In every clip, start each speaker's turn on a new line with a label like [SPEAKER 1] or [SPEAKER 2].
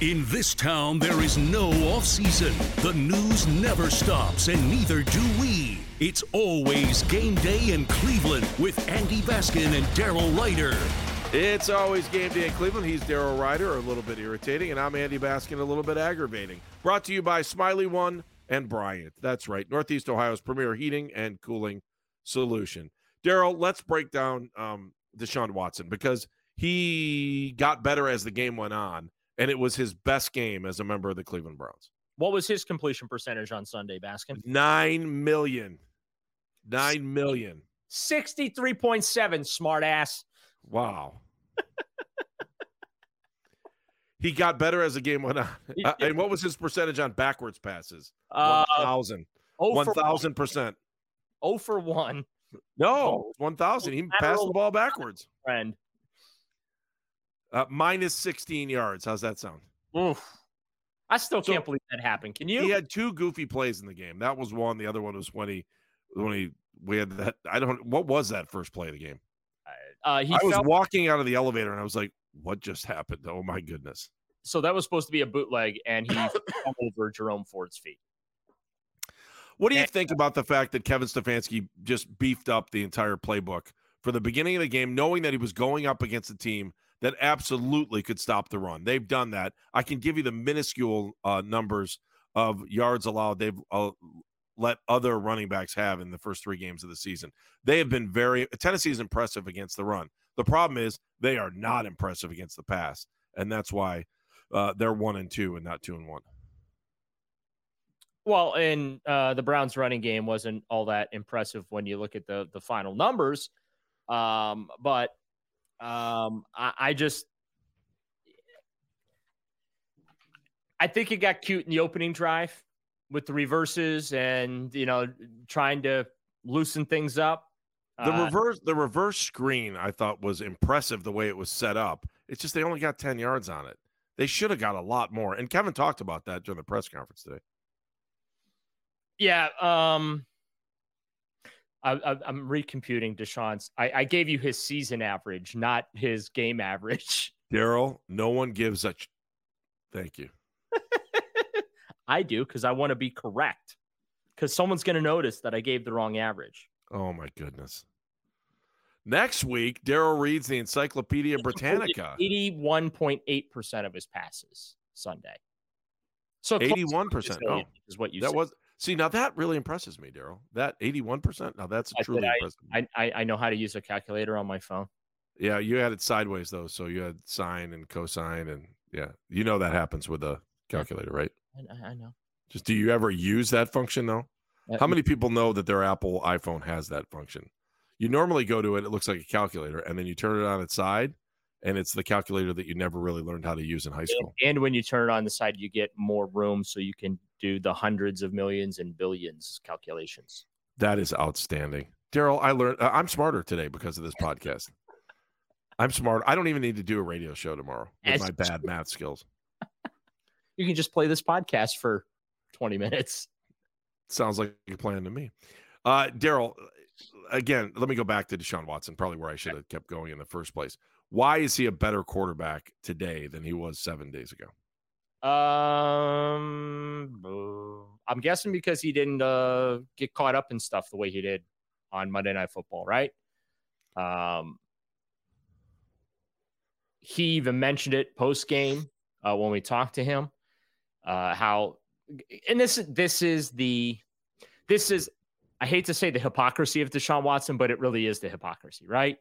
[SPEAKER 1] In this town, there is no off season. The news never stops, and neither do we. It's always game day in Cleveland with Andy Baskin and Daryl Ryder.
[SPEAKER 2] It's always game day in Cleveland. He's Daryl Ryder, a little bit irritating, and I'm Andy Baskin, a little bit aggravating. Brought to you by Smiley One and Bryant. That's right, Northeast Ohio's premier heating and cooling solution. Daryl, let's break down um, Deshaun Watson because he got better as the game went on and it was his best game as a member of the Cleveland Browns.
[SPEAKER 3] What was his completion percentage on Sunday, Baskin?
[SPEAKER 2] Nine million. Nine million.
[SPEAKER 3] 63.7, smart ass.
[SPEAKER 2] Wow. he got better as the game went on. Uh, and what was his percentage on backwards passes? Uh, 1,000. 1,000%.
[SPEAKER 3] 0 for 1.
[SPEAKER 2] No, 1,000. Oh, He passed the ball backwards.
[SPEAKER 3] Friend.
[SPEAKER 2] Uh, minus 16 yards. How's that sound?
[SPEAKER 3] Oof. I still so, can't believe that happened. Can you?
[SPEAKER 2] He had two goofy plays in the game. That was one. The other one was when he, when he, we had that. I don't. What was that first play of the game? Uh, he I was felt, walking out of the elevator and I was like, "What just happened? Oh my goodness!"
[SPEAKER 3] So that was supposed to be a bootleg, and he over Jerome Ford's feet.
[SPEAKER 2] What do you and, think about the fact that Kevin Stefanski just beefed up the entire playbook for the beginning of the game, knowing that he was going up against a team that absolutely could stop the run. They've done that. I can give you the minuscule uh, numbers of yards allowed they've uh, let other running backs have in the first three games of the season. They have been very Tennessee is impressive against the run. The problem is they are not impressive against the pass, and that's why uh, they're one and two and not two and one.
[SPEAKER 3] Well, and uh, the Browns' running game wasn't all that impressive when you look at the the final numbers, um, but um, I, I, just I think it got cute in the opening drive with the reverses and you know trying to loosen things up.
[SPEAKER 2] The uh, reverse the reverse screen I thought was impressive the way it was set up. It's just they only got 10 yards on it. They should have got a lot more. And Kevin talked about that during the press conference today.
[SPEAKER 3] Yeah, um I, am recomputing Deshaun's. I, I, gave you his season average, not his game average.
[SPEAKER 2] Daryl, no one gives a. Ch- Thank you.
[SPEAKER 3] I do because I want to be correct. Because someone's going to notice that I gave the wrong average.
[SPEAKER 2] Oh my goodness! Next week, Daryl reads the Encyclopedia Britannica.
[SPEAKER 3] Eighty-one point eight percent of his passes Sunday.
[SPEAKER 2] So eighty-one percent. Oh,
[SPEAKER 3] is what you
[SPEAKER 2] that
[SPEAKER 3] said.
[SPEAKER 2] was. See, now that really impresses me, Daryl. That 81%. Now that's I truly
[SPEAKER 3] I,
[SPEAKER 2] impressive.
[SPEAKER 3] I, I, know how to use a calculator on my phone.
[SPEAKER 2] Yeah, you had it sideways, though. So you had sine and cosine. And yeah, you know that happens with a calculator, right?
[SPEAKER 3] I, I know.
[SPEAKER 2] Just do you ever use that function, though? Uh, how many people know that their Apple iPhone has that function? You normally go to it, it looks like a calculator, and then you turn it on its side, and it's the calculator that you never really learned how to use in high school.
[SPEAKER 3] And, and when you turn it on the side, you get more room so you can do the hundreds of millions and billions calculations.
[SPEAKER 2] That is outstanding. Daryl, I learned uh, I'm smarter today because of this podcast. I'm smart. I don't even need to do a radio show tomorrow with As my bad true. math skills.
[SPEAKER 3] you can just play this podcast for 20 minutes.
[SPEAKER 2] Sounds like a plan to me. Uh, Daryl, again, let me go back to Deshaun Watson, probably where I should have kept going in the first place. Why is he a better quarterback today than he was seven days ago?
[SPEAKER 3] Um, I'm guessing because he didn't uh, get caught up in stuff the way he did on Monday Night Football, right? Um, he even mentioned it post game uh, when we talked to him. Uh, how, and this this is the this is I hate to say the hypocrisy of Deshaun Watson, but it really is the hypocrisy, right?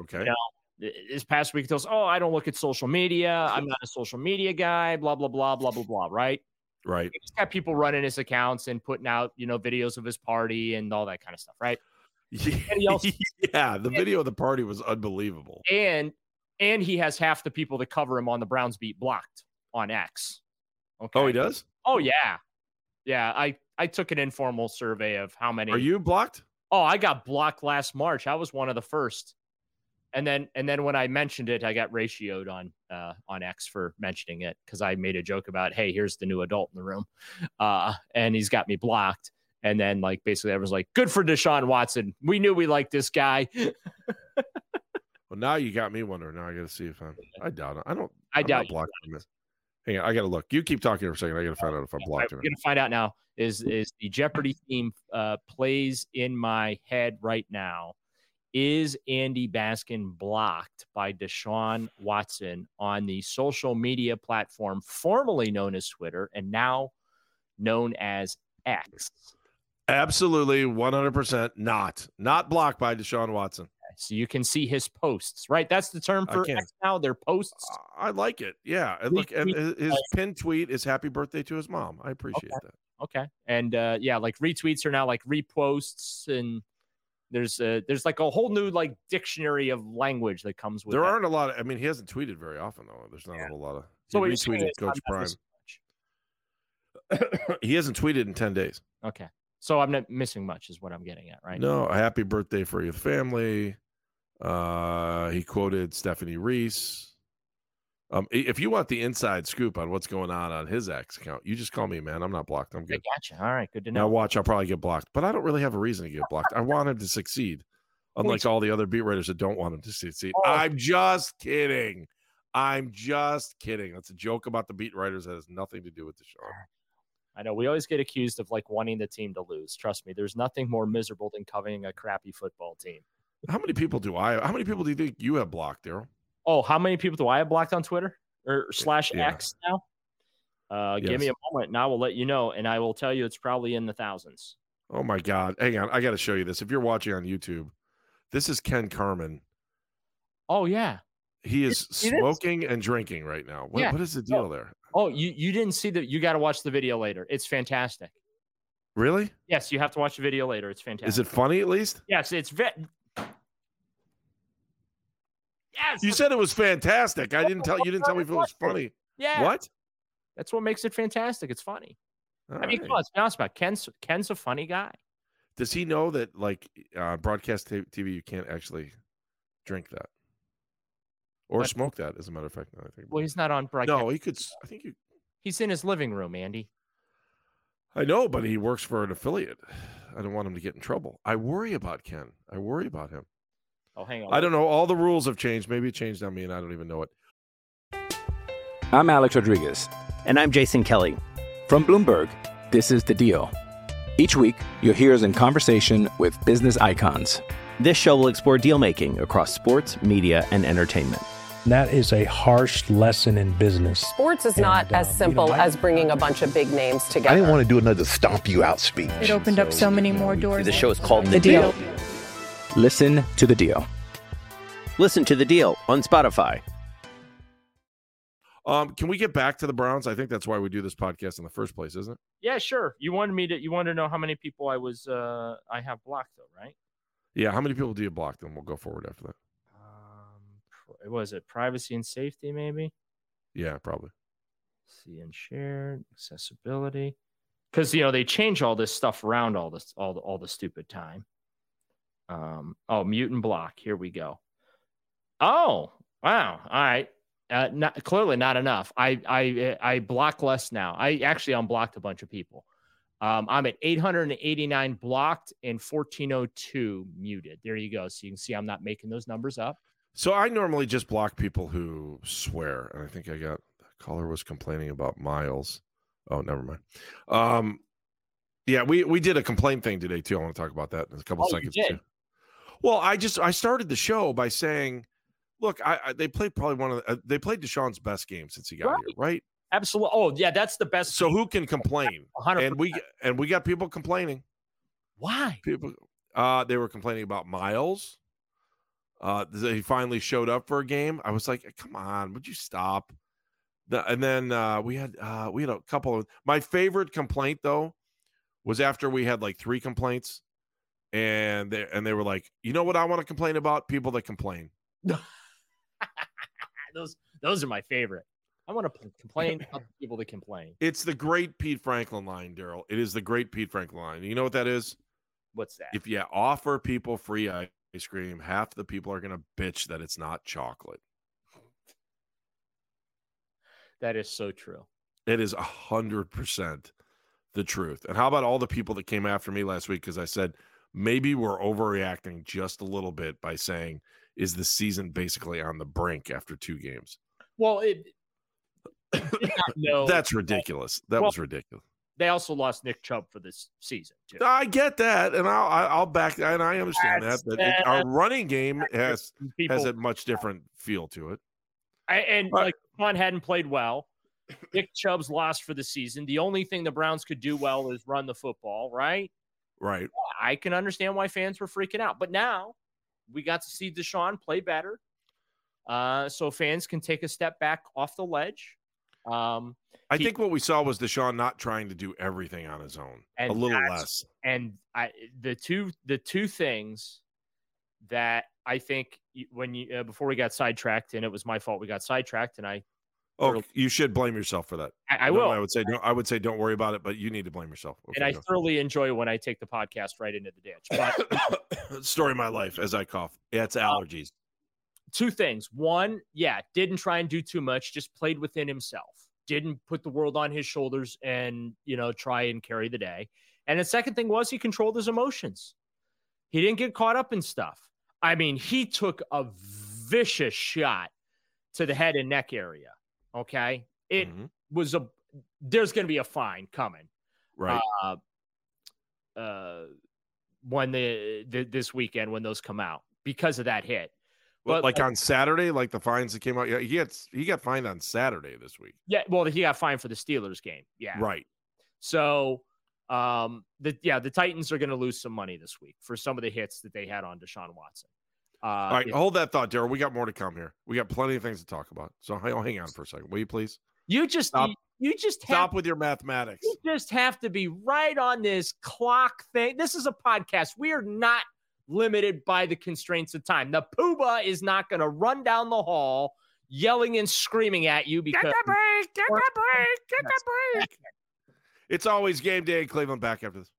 [SPEAKER 2] Okay.
[SPEAKER 3] You know, this past week tells, oh, I don't look at social media. I'm not a social media guy, blah, blah, blah, blah, blah, blah. Right.
[SPEAKER 2] Right.
[SPEAKER 3] He's got people running his accounts and putting out, you know, videos of his party and all that kind of stuff. Right.
[SPEAKER 2] Yeah. Also-
[SPEAKER 3] yeah
[SPEAKER 2] the video of the party was unbelievable.
[SPEAKER 3] And and he has half the people that cover him on the Browns beat blocked on X. Okay.
[SPEAKER 2] Oh, he does.
[SPEAKER 3] Oh yeah, yeah. I I took an informal survey of how many.
[SPEAKER 2] Are you blocked?
[SPEAKER 3] Oh, I got blocked last March. I was one of the first. And then and then when I mentioned it, I got ratioed on uh, on X for mentioning it because I made a joke about, hey, here's the new adult in the room, uh, and he's got me blocked. And then like basically everyone's like, good for Deshaun Watson. We knew we liked this guy.
[SPEAKER 2] Well, now you got me wondering. Now I got to see if I'm. I doubt it. I don't.
[SPEAKER 3] I
[SPEAKER 2] I'm
[SPEAKER 3] doubt you.
[SPEAKER 2] not
[SPEAKER 3] Oh,
[SPEAKER 2] blocked from this. Hang on, I got to look. You keep talking for a second. I got to find out if I'm
[SPEAKER 3] All right,
[SPEAKER 2] blocked or
[SPEAKER 3] we're
[SPEAKER 2] not.
[SPEAKER 3] gonna find out now. Is is the Jeopardy theme uh, plays in my head right now? Is Andy Baskin blocked by Deshaun Watson on the social media platform formerly known as Twitter and now known as X?
[SPEAKER 2] Absolutely, 100% not. Not blocked by Deshaun Watson.
[SPEAKER 3] So you can see his posts, right? That's the term
[SPEAKER 2] I
[SPEAKER 3] for
[SPEAKER 2] can. Uh,
[SPEAKER 3] X now. Their posts.
[SPEAKER 2] I I like it. Yeah. And look, and his his pinned tweet is happy birthday to his mom. I appreciate that.
[SPEAKER 3] Okay. And uh, yeah, like retweets are now like reposts, and there's uh there's like a whole new like dictionary of language that comes with.
[SPEAKER 2] There
[SPEAKER 3] that.
[SPEAKER 2] aren't a lot of, I mean, he hasn't tweeted very often, though. There's not a whole lot of.
[SPEAKER 3] So
[SPEAKER 2] he
[SPEAKER 3] what you're saying
[SPEAKER 2] retweeted
[SPEAKER 3] is
[SPEAKER 2] Coach
[SPEAKER 3] I'm not
[SPEAKER 2] Prime.
[SPEAKER 3] missing
[SPEAKER 2] he hasn't tweeted in 10 days.
[SPEAKER 3] Okay. So I'm not missing much, is what I'm getting at, right?
[SPEAKER 2] No, a happy birthday for your family. Uh, he quoted Stephanie Reese. Um, i- if you want the inside scoop on what's going on on his ex account, you just call me, man. I'm not blocked. I'm
[SPEAKER 3] I
[SPEAKER 2] good.
[SPEAKER 3] gotcha. All right. Good to
[SPEAKER 2] Now
[SPEAKER 3] know.
[SPEAKER 2] watch, I'll probably get blocked, but I don't really have a reason to get blocked. I want him to succeed, unlike all the other beat writers that don't want him to succeed.
[SPEAKER 3] Oh.
[SPEAKER 2] I'm just kidding. I'm just kidding. That's a joke about the beat writers that has nothing to do with the show.
[SPEAKER 3] I know we always get accused of like wanting the team to lose. Trust me, there's nothing more miserable than covering a crappy football team.
[SPEAKER 2] How many people do I? How many people do you think you have blocked, Daryl?
[SPEAKER 3] Oh, how many people do I have blocked on Twitter or slash
[SPEAKER 2] Yeah.
[SPEAKER 3] X now? Uh, Give me a
[SPEAKER 2] Yes.
[SPEAKER 3] moment and I will let you know. And I will tell you it's probably in the thousands.
[SPEAKER 2] Oh my God! Hang on, I got to show you this. If you're watching on YouTube, this is Ken Carmen.
[SPEAKER 3] Oh, yeah.
[SPEAKER 2] He is
[SPEAKER 3] it is.
[SPEAKER 2] smoking and drinking right now. What,
[SPEAKER 3] Yeah.
[SPEAKER 2] what is the deal there?
[SPEAKER 3] Oh, you, you didn't see that. You got to watch the video later. It's fantastic.
[SPEAKER 2] Really?
[SPEAKER 3] Yes, you have to watch the video later. It's fantastic.
[SPEAKER 2] Is it funny at least?
[SPEAKER 3] Yes, it's ve- Yes,
[SPEAKER 2] You
[SPEAKER 3] that's-
[SPEAKER 2] said it was fantastic. I didn't tell you. Didn't tell me if it was funny.
[SPEAKER 3] yeah.
[SPEAKER 2] What?
[SPEAKER 3] That's what makes it fantastic. It's funny.
[SPEAKER 2] All
[SPEAKER 3] I mean,
[SPEAKER 2] right.
[SPEAKER 3] come on, let's be honest about it. Ken's Ken's a funny guy.
[SPEAKER 2] Does he know that like uh, broadcast t- TV you can't actually drink that or
[SPEAKER 3] What?
[SPEAKER 2] smoke that? As a matter of fact, no, I think.
[SPEAKER 3] Well, he's not on broadcast.
[SPEAKER 2] no, he could. s- I think you.
[SPEAKER 3] he's in his living room, Andy.
[SPEAKER 2] I know, but he works for an affiliate. I don't want him to get in trouble. I worry about Ken. I worry about him.
[SPEAKER 3] Oh, hang on.
[SPEAKER 2] I don't know. All the rules have changed. Maybe it changed on me, and I don't even know it.
[SPEAKER 4] I'm Alex Rodriguez.
[SPEAKER 5] And I'm Jason Kelly.
[SPEAKER 4] From Bloomberg, this is The Deal. Each week, you'll hear us in conversation with business icons.
[SPEAKER 5] This show will explore deal making across sports, media, and entertainment.
[SPEAKER 6] And that is a harsh lesson in business.
[SPEAKER 7] Sports is
[SPEAKER 6] And,
[SPEAKER 7] not
[SPEAKER 6] uh,
[SPEAKER 7] as
[SPEAKER 6] you
[SPEAKER 7] simple
[SPEAKER 6] know, I-
[SPEAKER 7] as bringing a bunch of big names together.
[SPEAKER 8] I didn't want to do another stomp you out speech.
[SPEAKER 9] It opened up so many more doors.
[SPEAKER 5] The show is called The
[SPEAKER 9] deal.
[SPEAKER 4] Listen to The Deal.
[SPEAKER 5] Listen to the deal on Spotify.
[SPEAKER 2] Um, can we get back to the Browns? I think that's why we do this podcast in the first place, isn't it?
[SPEAKER 3] Yeah, sure. You wanted me to. You wanted to know how many people I was. uh I have blocked though, right?
[SPEAKER 2] Yeah. How many people do you block? Then we'll go forward after that.
[SPEAKER 3] Um, pr- was it privacy and safety? Maybe
[SPEAKER 2] Yeah, probably.
[SPEAKER 3] see and shared accessibility. Because you know they change all this stuff around all this all the, all the stupid time. Um. Oh, mute and block. Here we go. Oh wow. All right. Uh, not, clearly not enough. I I I block less now. I actually unblocked a bunch of people. Um, I'm at 889 blocked and 1402 muted. There you go. So you can see I'm not making those numbers up.
[SPEAKER 2] So I normally just block people who swear, and I think I got the caller was complaining about Miles. Oh, never mind. Um, yeah, we we did a complaint thing today too. I want to talk about that in a couple
[SPEAKER 3] Oh, you
[SPEAKER 2] seconds.
[SPEAKER 3] did?
[SPEAKER 2] Too. Well, I just I started the show by saying, look, I, I they played probably one of the, uh, they played Deshaun's best game since he got
[SPEAKER 3] Right.
[SPEAKER 2] here, right?
[SPEAKER 3] Absolutely. Oh yeah, that's the best.
[SPEAKER 2] So who can complain?
[SPEAKER 3] 100%.
[SPEAKER 2] And we and we got people complaining.
[SPEAKER 3] why?
[SPEAKER 2] People, uh, they were complaining about Miles. Uh, that he finally showed up for a game. I was like, "Come on, would you stop?" The, and then uh, we had uh, we had a couple of my favorite complaint though was after we had like three complaints, and they and they were like, "You know what I want to complain about? People that complain."
[SPEAKER 3] those those are my favorite. I want to complain. I'll be able to complain.
[SPEAKER 2] It's the great Pete Franklin line, Daryl. It is the great Pete Franklin line. You know what that is?
[SPEAKER 3] What's that?
[SPEAKER 2] If you offer people free ice cream, half the people are going to bitch that it's not chocolate.
[SPEAKER 3] that is so true.
[SPEAKER 2] It is a hundred percent the truth. And how about all the people that came after me last week? Because I said maybe we're overreacting just a little bit by saying is the season basically on the brink after two games?
[SPEAKER 3] Well, it. no,
[SPEAKER 2] That's ridiculous. That
[SPEAKER 3] Well-
[SPEAKER 2] was ridiculous.
[SPEAKER 3] they also lost Nick Chubb for this season too.
[SPEAKER 2] I get that, and I'll I- I'll back that, and I understand
[SPEAKER 3] That's-
[SPEAKER 2] that. But it- our running game has
[SPEAKER 3] People,
[SPEAKER 2] has a much different feel to it.
[SPEAKER 3] I, and
[SPEAKER 2] Right.
[SPEAKER 3] like Juan hadn't played well. Nick Chubb's lost for the season. The only thing the Browns could do well is run the football, right?
[SPEAKER 2] Right.
[SPEAKER 3] I can understand why fans were freaking out. But now we got to see Deshaun play better. Uh, so fans can take a step back off the ledge. Um,
[SPEAKER 2] I
[SPEAKER 3] He-
[SPEAKER 2] think what we saw was Deshaun not trying to do everything on his own. A
[SPEAKER 3] And
[SPEAKER 2] little
[SPEAKER 3] that's-
[SPEAKER 2] less.
[SPEAKER 3] and I the two the two things that I think you- when you uh, before we got sidetracked and it was my fault we got sidetracked and I
[SPEAKER 2] Oh, you should blame yourself for that.
[SPEAKER 3] I, I
[SPEAKER 2] No,
[SPEAKER 3] will
[SPEAKER 2] I would say don't, I would say don't worry about it, but you need to blame yourself.
[SPEAKER 3] and I thoroughly enjoy when I take the podcast right into the ditch. But
[SPEAKER 2] go. story of my life as I cough. Yeah,
[SPEAKER 3] Uh,
[SPEAKER 2] it's allergies.
[SPEAKER 3] two things: one, yeah, didn't try and do too much; just played within himself. Didn't put the world on his shoulders and you know try and carry the day. And the second thing was he controlled his emotions. He didn't get caught up in stuff. I mean, he took a vicious shot to the head and neck area. Okay, it uh,
[SPEAKER 2] Mhm.
[SPEAKER 3] was a. There's going to be a fine coming.
[SPEAKER 2] Right.
[SPEAKER 3] uh, when the, the this weekend when those come out because of that hit.
[SPEAKER 2] Well,
[SPEAKER 3] but,
[SPEAKER 2] like on Saturday, like the fines that came out. Yeah, he got he got fined on Saturday this week.
[SPEAKER 3] Yeah, well, he got fined for the Steelers game. Yeah,
[SPEAKER 2] Right.
[SPEAKER 3] So, um, the yeah, the Titans are going to lose some money this week for some of the hits that they had on Deshaun Watson. Uh,
[SPEAKER 2] All right. oh,
[SPEAKER 3] if-
[SPEAKER 2] Hold that thought, Daryl. We got more to come here. We got plenty of things to talk about. So hang hang on for a second. Will you please
[SPEAKER 3] you just
[SPEAKER 2] stop.
[SPEAKER 3] you just have
[SPEAKER 2] stop with your mathematics?
[SPEAKER 3] you just have to be right on this clock thing. This is a podcast. We are not limited by the constraints of time. The Pooba is not going to run down the hall yelling and screaming at you because
[SPEAKER 2] break. Get the break. Get the break. It's always game day in Cleveland. Back after this.